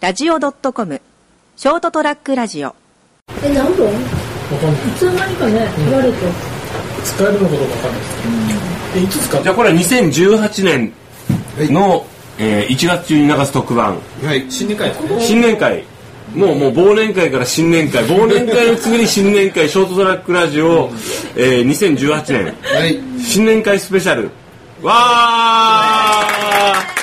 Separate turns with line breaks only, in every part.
ST-radio.com ショートトラックラジオ
え何本い
わかんない
つの間にかね
ん
取られて
使えるのかどうかわかんないですけどえいつ使っ
じゃあこれは2018年の、えー1月中に流す特番
はい。
新年会ですね
新年会もうもう忘年会から新年会忘年会の次に新年会ショートトラックラジオ、えー2018年
はい。
新年会スペシャルわー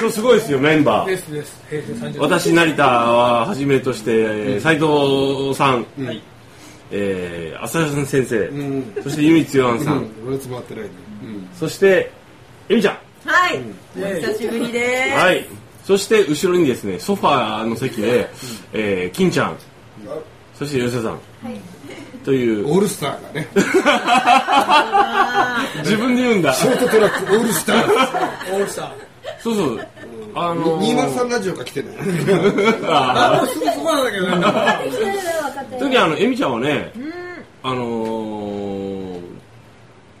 今日すごいですよメンバ
で
ー
すです平成30年
私成田ははじめとして斎藤さん、
はい
えー浅田先生、
うん。
そして由井剛んさん、
うん。俺つまってないね。うん。
そしてえみちゃん
はい、お久しぶりです。
はい。そして後ろにですね、ソファーの席で、えー、金ちゃん、そして吉田さん、という、
オールスターがね。
自分で言うんだ。
ショートトラックオールスター。
オールスター
そうそう。あのー、
203ラジオが来てない。
あもうすぐそこなんだけどね
特にあの、えみちゃんはね、あのー、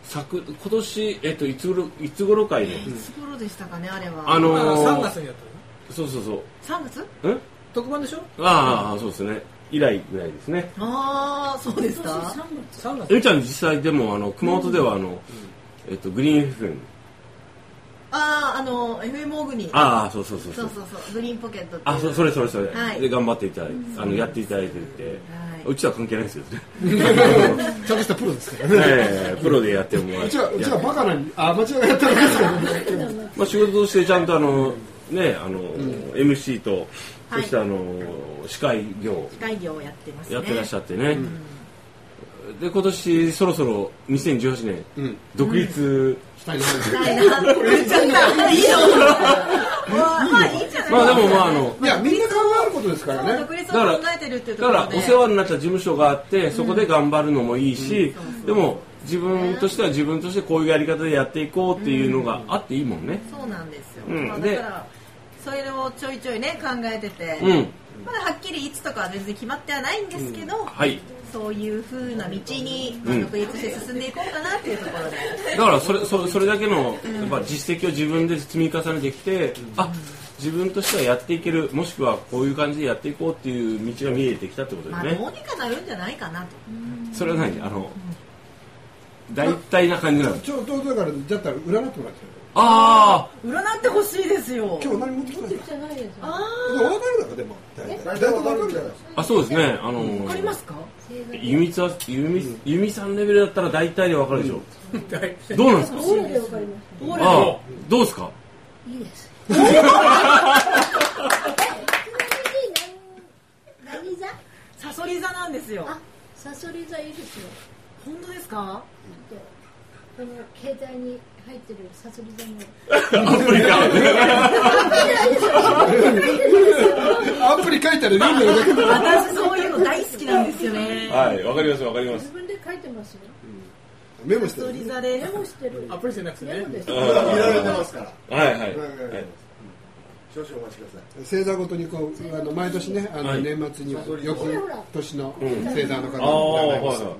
昨今年、えっと、いつ頃、いつ頃かいね、
いつ頃でしたかね、あれは。
あの
あの3
ー
月、にやったの
そうそうそう、
3月
うん
特番でしょ
ああ、そうですね、以来ぐらいですね。
ああ、そうですか。
3月
えみちゃん実際でも、あの、熊本ではあの、えっと、グリーン FM、
ああ、あの、FM オグに。
ああ、そうそうそうそ
そうう。そうそう、グリーンポケットっていう
あ、そそれそれそれ、
はい
で頑張っていただいて、あのやっていただいてて、
は
うちとは関係ないですよね。
ちゃんとしたプロですからね。
ええプロでやってもら
う
って
ちは、うちはバカなに、あ、間違えやったらですけど。
まあ仕事としてちゃんとあのねあの、MC と
は
そ
い
してあの、司会業
機械業をやってますね。
やってらっしゃってね。で今年そろそろ2018年、
うん
独立、
したいな。
はいなって言っちゃった。 いいの。まあまあ、いいんじゃない
まあでもまああの
いや、みんな考えることですからね。
独立を考えてるっていうと
だ
こ
か
ろ
ら
で。
お世話になった事務所があってそこで頑張るのもいいし、でも自分としては自分としてこういうやり方でやっていこうっていうのがあっていいもんね。
そうなんですよ。
うん
まあ、だ
で
から、それをちょいちょいね、考えてて。
うん
まだはっきりいつとかは全然決まってはないんですけど、
はい
そういうふうな道にまあ
うん
独立して進んでいこうかなっていうところで、
だからそれそれそれだけのやっぱ実績を自分で積み重ねてきて、あ自分としてはやっていけるもしくはこういう感じでやっていこうっていう道が見えてきたってことで
ますあ、
ね
どうにかなるんじゃないかなと、
それは何あの大体な感じなの
ちょ、どうだから、じゃったら占ってもらって。
あ
占ってほしいですよ
今日何も来てないから。
あ
でもわかるだろ、でも。大体。大体わかるから。
ーあそうですねあの
あわかりますか
由美さん由美由美さんレベルだったら大体でわかるでしょ、どうなんですかああどうですか
何座
サソリ座なんですよ
あサソリ座いるでしょ
本当ですか
この携帯に入ってるサソリ座の
アプリか
アプリ書いたら、読んでるだけだ。
私そういうの大好きなんですよね
はいわかりますわかります
自分で書いてますよ
メモして
サソ
る。
リ座で
メモしてる
アプリじゃなくてね
メモです
見られてますから。
はいはい、
はい
少々お待ちください。
星座ごとにこうあの毎年ねあの
はい
年末には翌年の
ん
星座の方
ああ
が
はい
います
は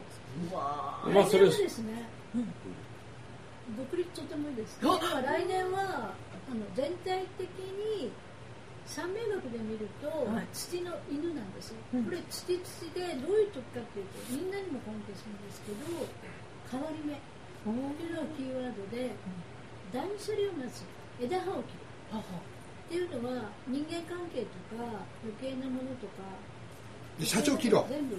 いまあそ
来
れ
年もですね独立とてもいいですだから来年はあの全体的に三名学で見ると、
はい
土の犬なんですよ、これ土土でどういう時かっていうとみんなにも関係するんですけど変わり目っていうのがキーワードで断捨離をまず枝葉を切るっていうのは人間関係とか余計なものとか
で社長切ろう
全部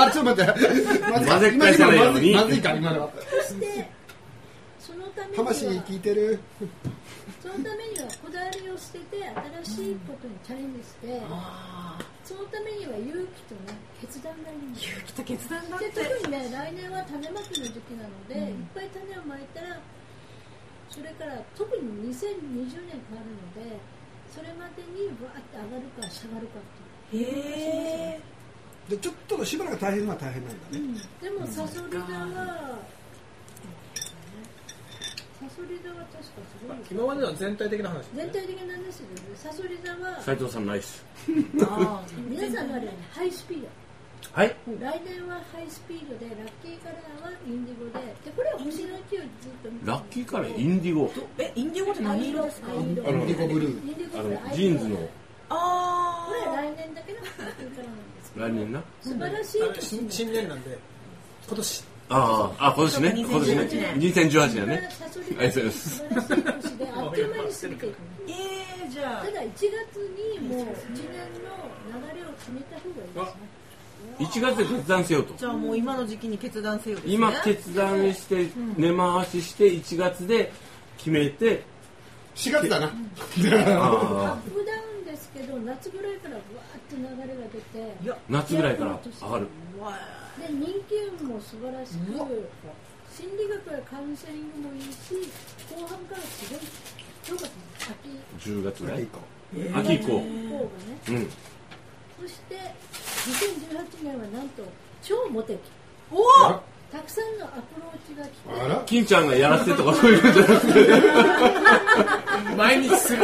あちょっと待 って
混ぜっ返さないように
まずいか今のは
してそのためには
魂に聞いてる
そのためにはこだわりを捨てて新しいことにチャレンジして、そのためには勇気とね決断がいります
勇気と決断だっ
で
て
特にね来年は種まきの時期なので、いっぱい種をまいたらそれから特に2020年変わるのでそれまでにわーって上がるか下がるかっていう
へえ
でちょっとしばらく大変は大変なんだね
でもサソリ座は、サソリ座は確かすごいです
今までの全体的な話
全体的なんですけど、ね、サソリ座は
斉藤さんナイス
ああ
皆さんのあれはねハイスピード
はい。
来年はハイスピードでラッキーカラーはインディゴででこれは星の勢いずっと見て
ラッキーカラーインディゴ。
どえ、インディゴって何色ですか
灰色
あの
リコブルー
インディゴ
あ
っ
の
て灰色
ジーンズの
あ
これは来年だけのラッキーカラーなんですけど
来年な。
素晴らし
あの
い
新新年なんで今年
あああ今年ね今年ね2018年ね。
ありがとうございます。素晴らしい年で、あっという間に過ぎていく。
ーえー、じゃ
た
あ
だ、1月にもう1年の流れを決めた方がいいですね。
1月で決断せよと。
じゃあもう今の時期に決断せよですね
今決断して根回しして1月で決めて。
4月だな。
あ
アップダウンですけど、夏ぐらいからわーって流れが出て、
いや
あ夏ぐらいから上がる。
うわ
で人気運も素晴らしく、心理学やカウンセリングもいいし、後半からすごい強かったんです
10月ぐらい。
ー
秋以
秋以
降。
降がね。
うん。
そして、2018年はなんと、超モテ期。
おお
あ
たくさんのアプローチが来て、
あら
金ちゃんがやらせてとかそういうんじゃなくて。
毎日する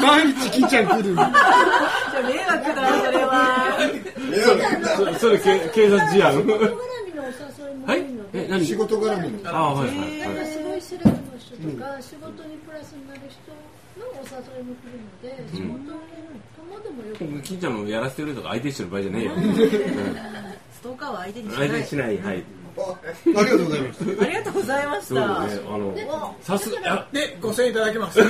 毎日金ちゃん来る。
じゃあ迷惑だそれは
そそれけ警察事案。
お絡みのお誘いも多いので、
はいえ何
仕事絡みの
ああはいはい
なん
は
か
い。
すごいセレブの人とか、仕事にプラスになる人のお誘いも来るので、仕事にともどもよく、
金ちゃんのやらせてるとか相手してる場合じゃねえよ。
ストーカーは相手にし な
相手し
い
ないはい。
ありがとうございます。
ありがとうございまし
そうだ
た
ねあのさすが。
で5000円いただきます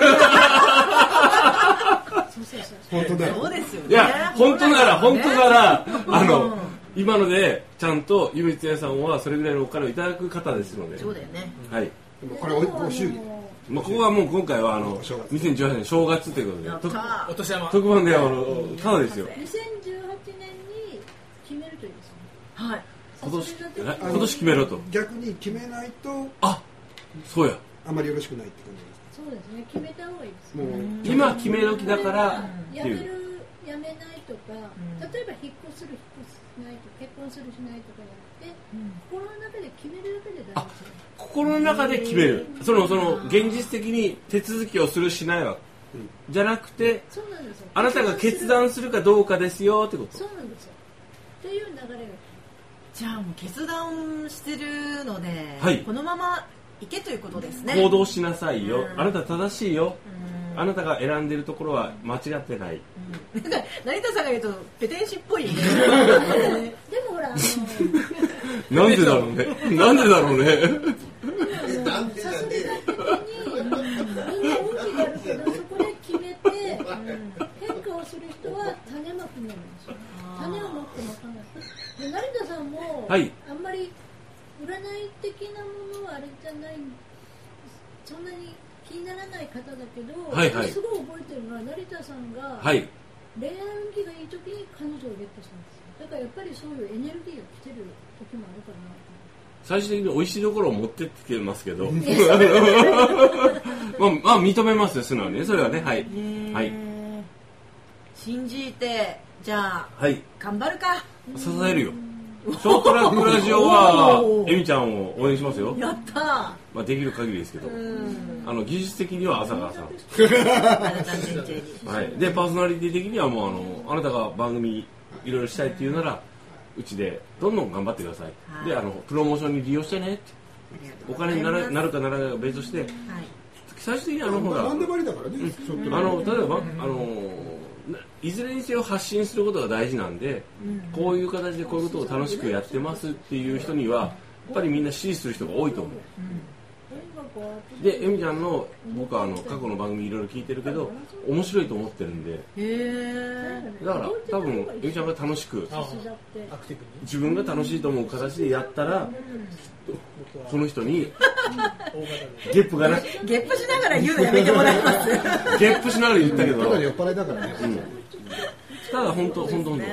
本当だよ。
そうですよね
いや、本当なら、本当なら、あ
うん
の、今ので、ちゃんと、ゆめつやさんは、それぐらいのお金をいただく方ですので。
そうだよね
はい。
でもこれおご祝儀。
まあ、ここはもう、今回は、あの、
お正月
2018年正月ということで
やっ、
と
た
お年玉
特番で、あの、ただですよ。
2018年に決めるといいですね。
はい
今年、え
誘いが出て
今年決めろと。
逆に決めないと
あ、そうや。
あまりよろしくないって感じです
そうですね、決めた方がいいです。
もう
今決め時だから、
や
っ
め
ていう。
るやめないとか、例えば引っ越する引っ越すしないとか結婚するしないとかやって、心の中で決めるだけで大事です
心の中で決める。その、その、現実的に手続きをするしないは、じゃなくて、
そうなんですよ
あなたが決断するかどうかですよ、ってこと
そ。うなんですよっていう流れが
じゃあもう決断してるので、
はい
このまま行けということですね
行動しなさいよ、
うん
あなた正しいよ、
うん
あなたが選んでるところは間違ってない、
なんか 成田さんが言うとペテン師っ ぽいよね
でもほらあの誘
なんでだろうね なんでだろうね
なんでなんで
いがけにみんな運気があるけどそこで決めて変化をする人は種まきになるんですよ種をまくまかないで成田さんも、
はい
あんまり占い的なものはあれじゃないそんなに気にならない方だけど、
はいはい
私すごい覚えてるのは成田さんが、
はい
恋愛運気がいい時に彼女をゲットしたんですよだからやっぱりそういうエネルギーが来てる時もあるかなと
最終的に美味しいところを持ってってきてますけどまあ、 まあ、認めますよ素直にねそれはねはい
ねえ
はい
信じてじゃあ
はい
頑張るか
支えるよショートラックラジオは
おー
エミちゃんを応援しますよ、
やった
まあ、できる限りですけど
うん
あの技術的には朝川さん
成田先生に
はい、でパーソナリティ的にはもうあのあなたが番組いろいろしたいっていうならうちでどんどん頑張ってください、
はい
であのプロモーションに利用してねってお金になるなるかならないか別として
はい
最終的にあのほら
何でもありだからね。ちょっと
あの例えば、あのないずれにせよ発信することが大事なんで、こういう形でこういうことを楽しくやってますっていう人にはやっぱりみんな支持する人が多いと思うでエミちゃんの僕はあの過去の番組いろいろ聞いてるけど面白いと思ってるんで
へえ
だから多分エミちゃんが楽しく
あ
だって
アクティブに
自分が楽しいと思う形でやったら
僕は
この人に
大型で
ゲップがな
ゲップしながら言うのやめてもらえます
ゲップしながら言ったけ
た
ど
だ酔っ払いだからね。
ただ本当本当本
ね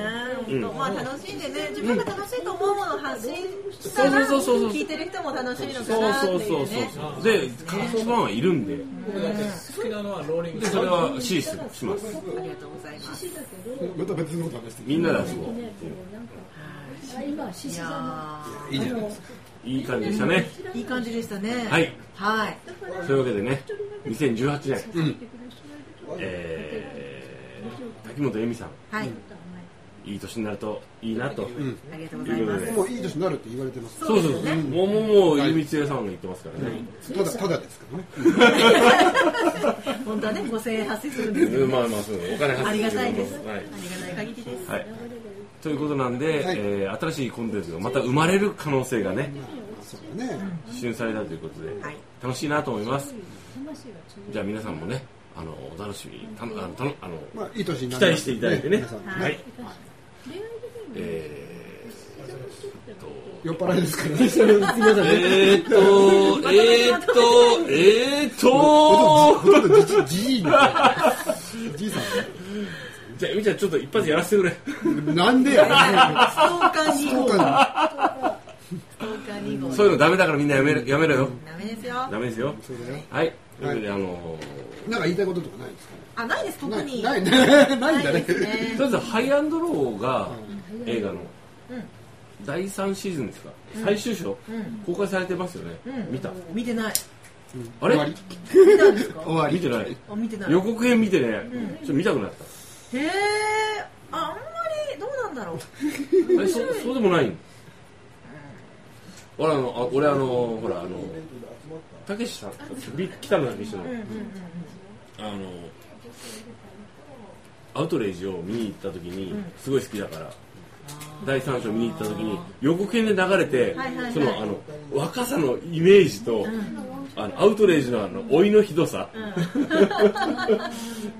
当
え、まあ楽しんでね自分が楽しいと思うものを発信したら
そうそうそうそう
聞いてる人も楽しいのか
そう
なって
そう
い
そうう
ね
そうで過去版はいるんで
僕だって好きなのはローリングス
そ
ト
れ
ーン
は支持するします
ありがとうございます
獅子だけど
また別のこと話して
みんなで遊ぼ
ねこうなんかあ今は獅
い
子座
や
の
いいじゃないです
ういい感じでしたね
ーいい感じでしたね
はい
はい
というわけでね2018年、
うん、
えー、滝本恵美さん
はい
いい年になるといいなと。
うん
ありがとうござい
と
ま
いうこと
す
で
もういい年になるって言われてます。
そうそう
です
そう。
ね
もう、もう、もう、ゆみつえさんが言ってますからね。
ただ、ただですけどね。
本当はね5000円発生するんですけ
う
ど
んまあまあ、そう、お金
あ
発
り
生
が
する
たいですあ
はい。
りがたい限 りです
はい。ということなんで、
はい
えー新しいコンテンツがまた生まれる可能性がね、
そうだね。
支援されたということで、
はい
楽しいなと思います。
魂がつ
じゃあ皆さんもね、あの、お楽しみに、たのあの、たのあの、
まあ、いい年にな
期
ります
待していただいてね。
皆さんも
はい。
恋愛的にも
えーっと、
酔っ払いですからね。
えーっと、えーっと、えーっと、
ほとんどじじいになってるじいさ
じゃあ、ゆみちゃんちょっと一発やらせてくれ。
ん。なんでや。
ストーカー2
そ
号
う
ス
か
トーカー2号
そういうのダメだからみんなやめろやめろよ。
ダメですよ
ダメですよ。
そうだよ。
はい。ということで、あの
なんか言いたいこととかないですかね。
あないです特に
ないないないんだ
ない
ね
です。
ー、
ね
とりあえずハイアンドローが映画の
うん
第3シーズンですか、最終章、
うん
公開されてますよね。
うん
見た
見てない
あれ
終わり
見たんですか
終わり。
見てない。
あ見てない
予告編見てね、
ん
ちょっと見たくなった。
へえああんまりどうなんだろう
あれそそうでもないん俺あの、あ俺あの、ほらあの、たけしさん、び北野さんと一緒の、
うんうんうんうん
あの、アウトレイジを見に行った時に、すごい好きだから、第3章見に行った時に、予告編で流れて
はいはいは、い
その、あの、若さのイメージと、あの、アウトレイジのあの、老いのひどさ、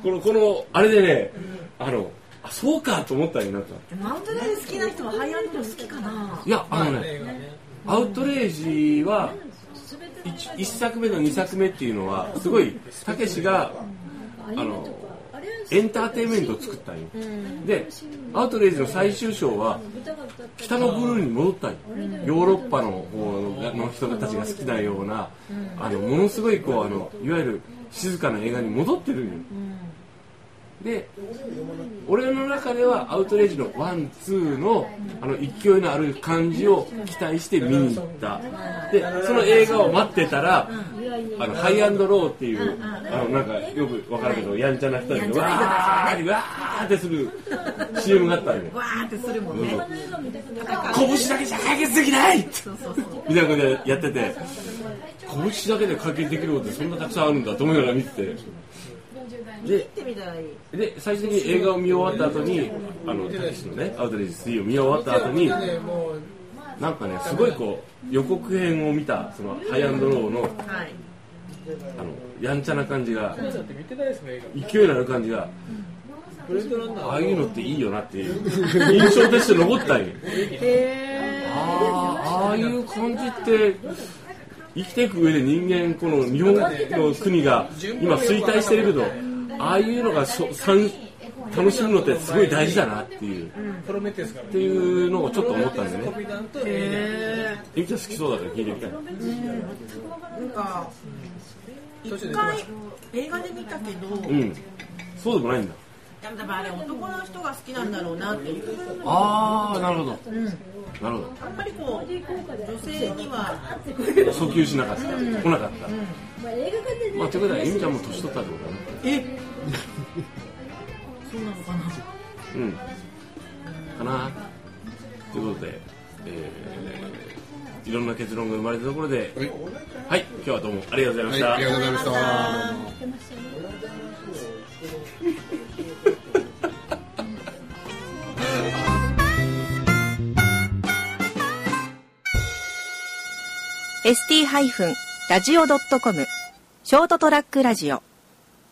この、この、あれでね、あの、あ、そうかと思ったよ、なんか。
でもアウトレイジ好きな人はハイアンドロー好きかない
や、あのね、アウトレイジは、一一作目と二作目っていうのは、すごい、たけしが、あの、エンターテインメントを作ったんよ。で、アウトレイジの最終章は、北のブルーに戻ったんよ。ヨーロッパの方の人たちが好きなような、あの、ものすごい、こう、あの、いわゆる静かな映画に戻ってるんよ。で、俺の中ではアウトレイジのワン、ツーのあの勢いのある感じを期待して見に行った。で、その映画を待ってたら、あの、ハイアンドローっていう、あの、なんかよくわかるけど、やんちゃな人たちがわーって、わーってする CM があったんで、
わーってするもんね
拳だけじゃ解決できないって
そうそうそう
みたいなことでやってて、拳だけで解決できることってそんなたくさんあるんだと思いながら見てて。
見てみたらいい
で最終的に映画を見終わった後にあのたけしのねアウトレイジ3を見終わった後に
ね、もう、
なんかねすごいこう予告編を見たそのハイアンドローの
はい
あのやんちゃな感じが
だって見てないですね、映画。
勢いのある感じが
ブレードランナー
ああいうのっていいよなっていう印象として残ったんよ
へ
ああああいう感じって生きていく上で人間この日本の国が今衰退してるけどああいうのがそさん楽しむのってすごい大事だなっていう。
プロメテウスから、ね。
っていうのをちょっと思ったんで
コ
ね。
ビダンとエ
ゆきちゃん好きそうだから聞いてみたい。
えんか一回映画で見たけど、
う
でも
ん。そうでもないんだ。
多分あれ男の人が好きなんだろうなっていう
ああ、なるほど。なるほ
あんまりこう女性には
ど。訴求しなかった。来なかった。
まあ映画館でね
まあ、ということは、ゆみちゃんも年取ったってことだね。
え そうなのかな
うん。かな。ということで、えー、いろんな結論が生まれたところで、はい、今日はどうもありがとうございま
はい、あ
した。
りがとうございました。
ST-radio.com ショートトラックラジオ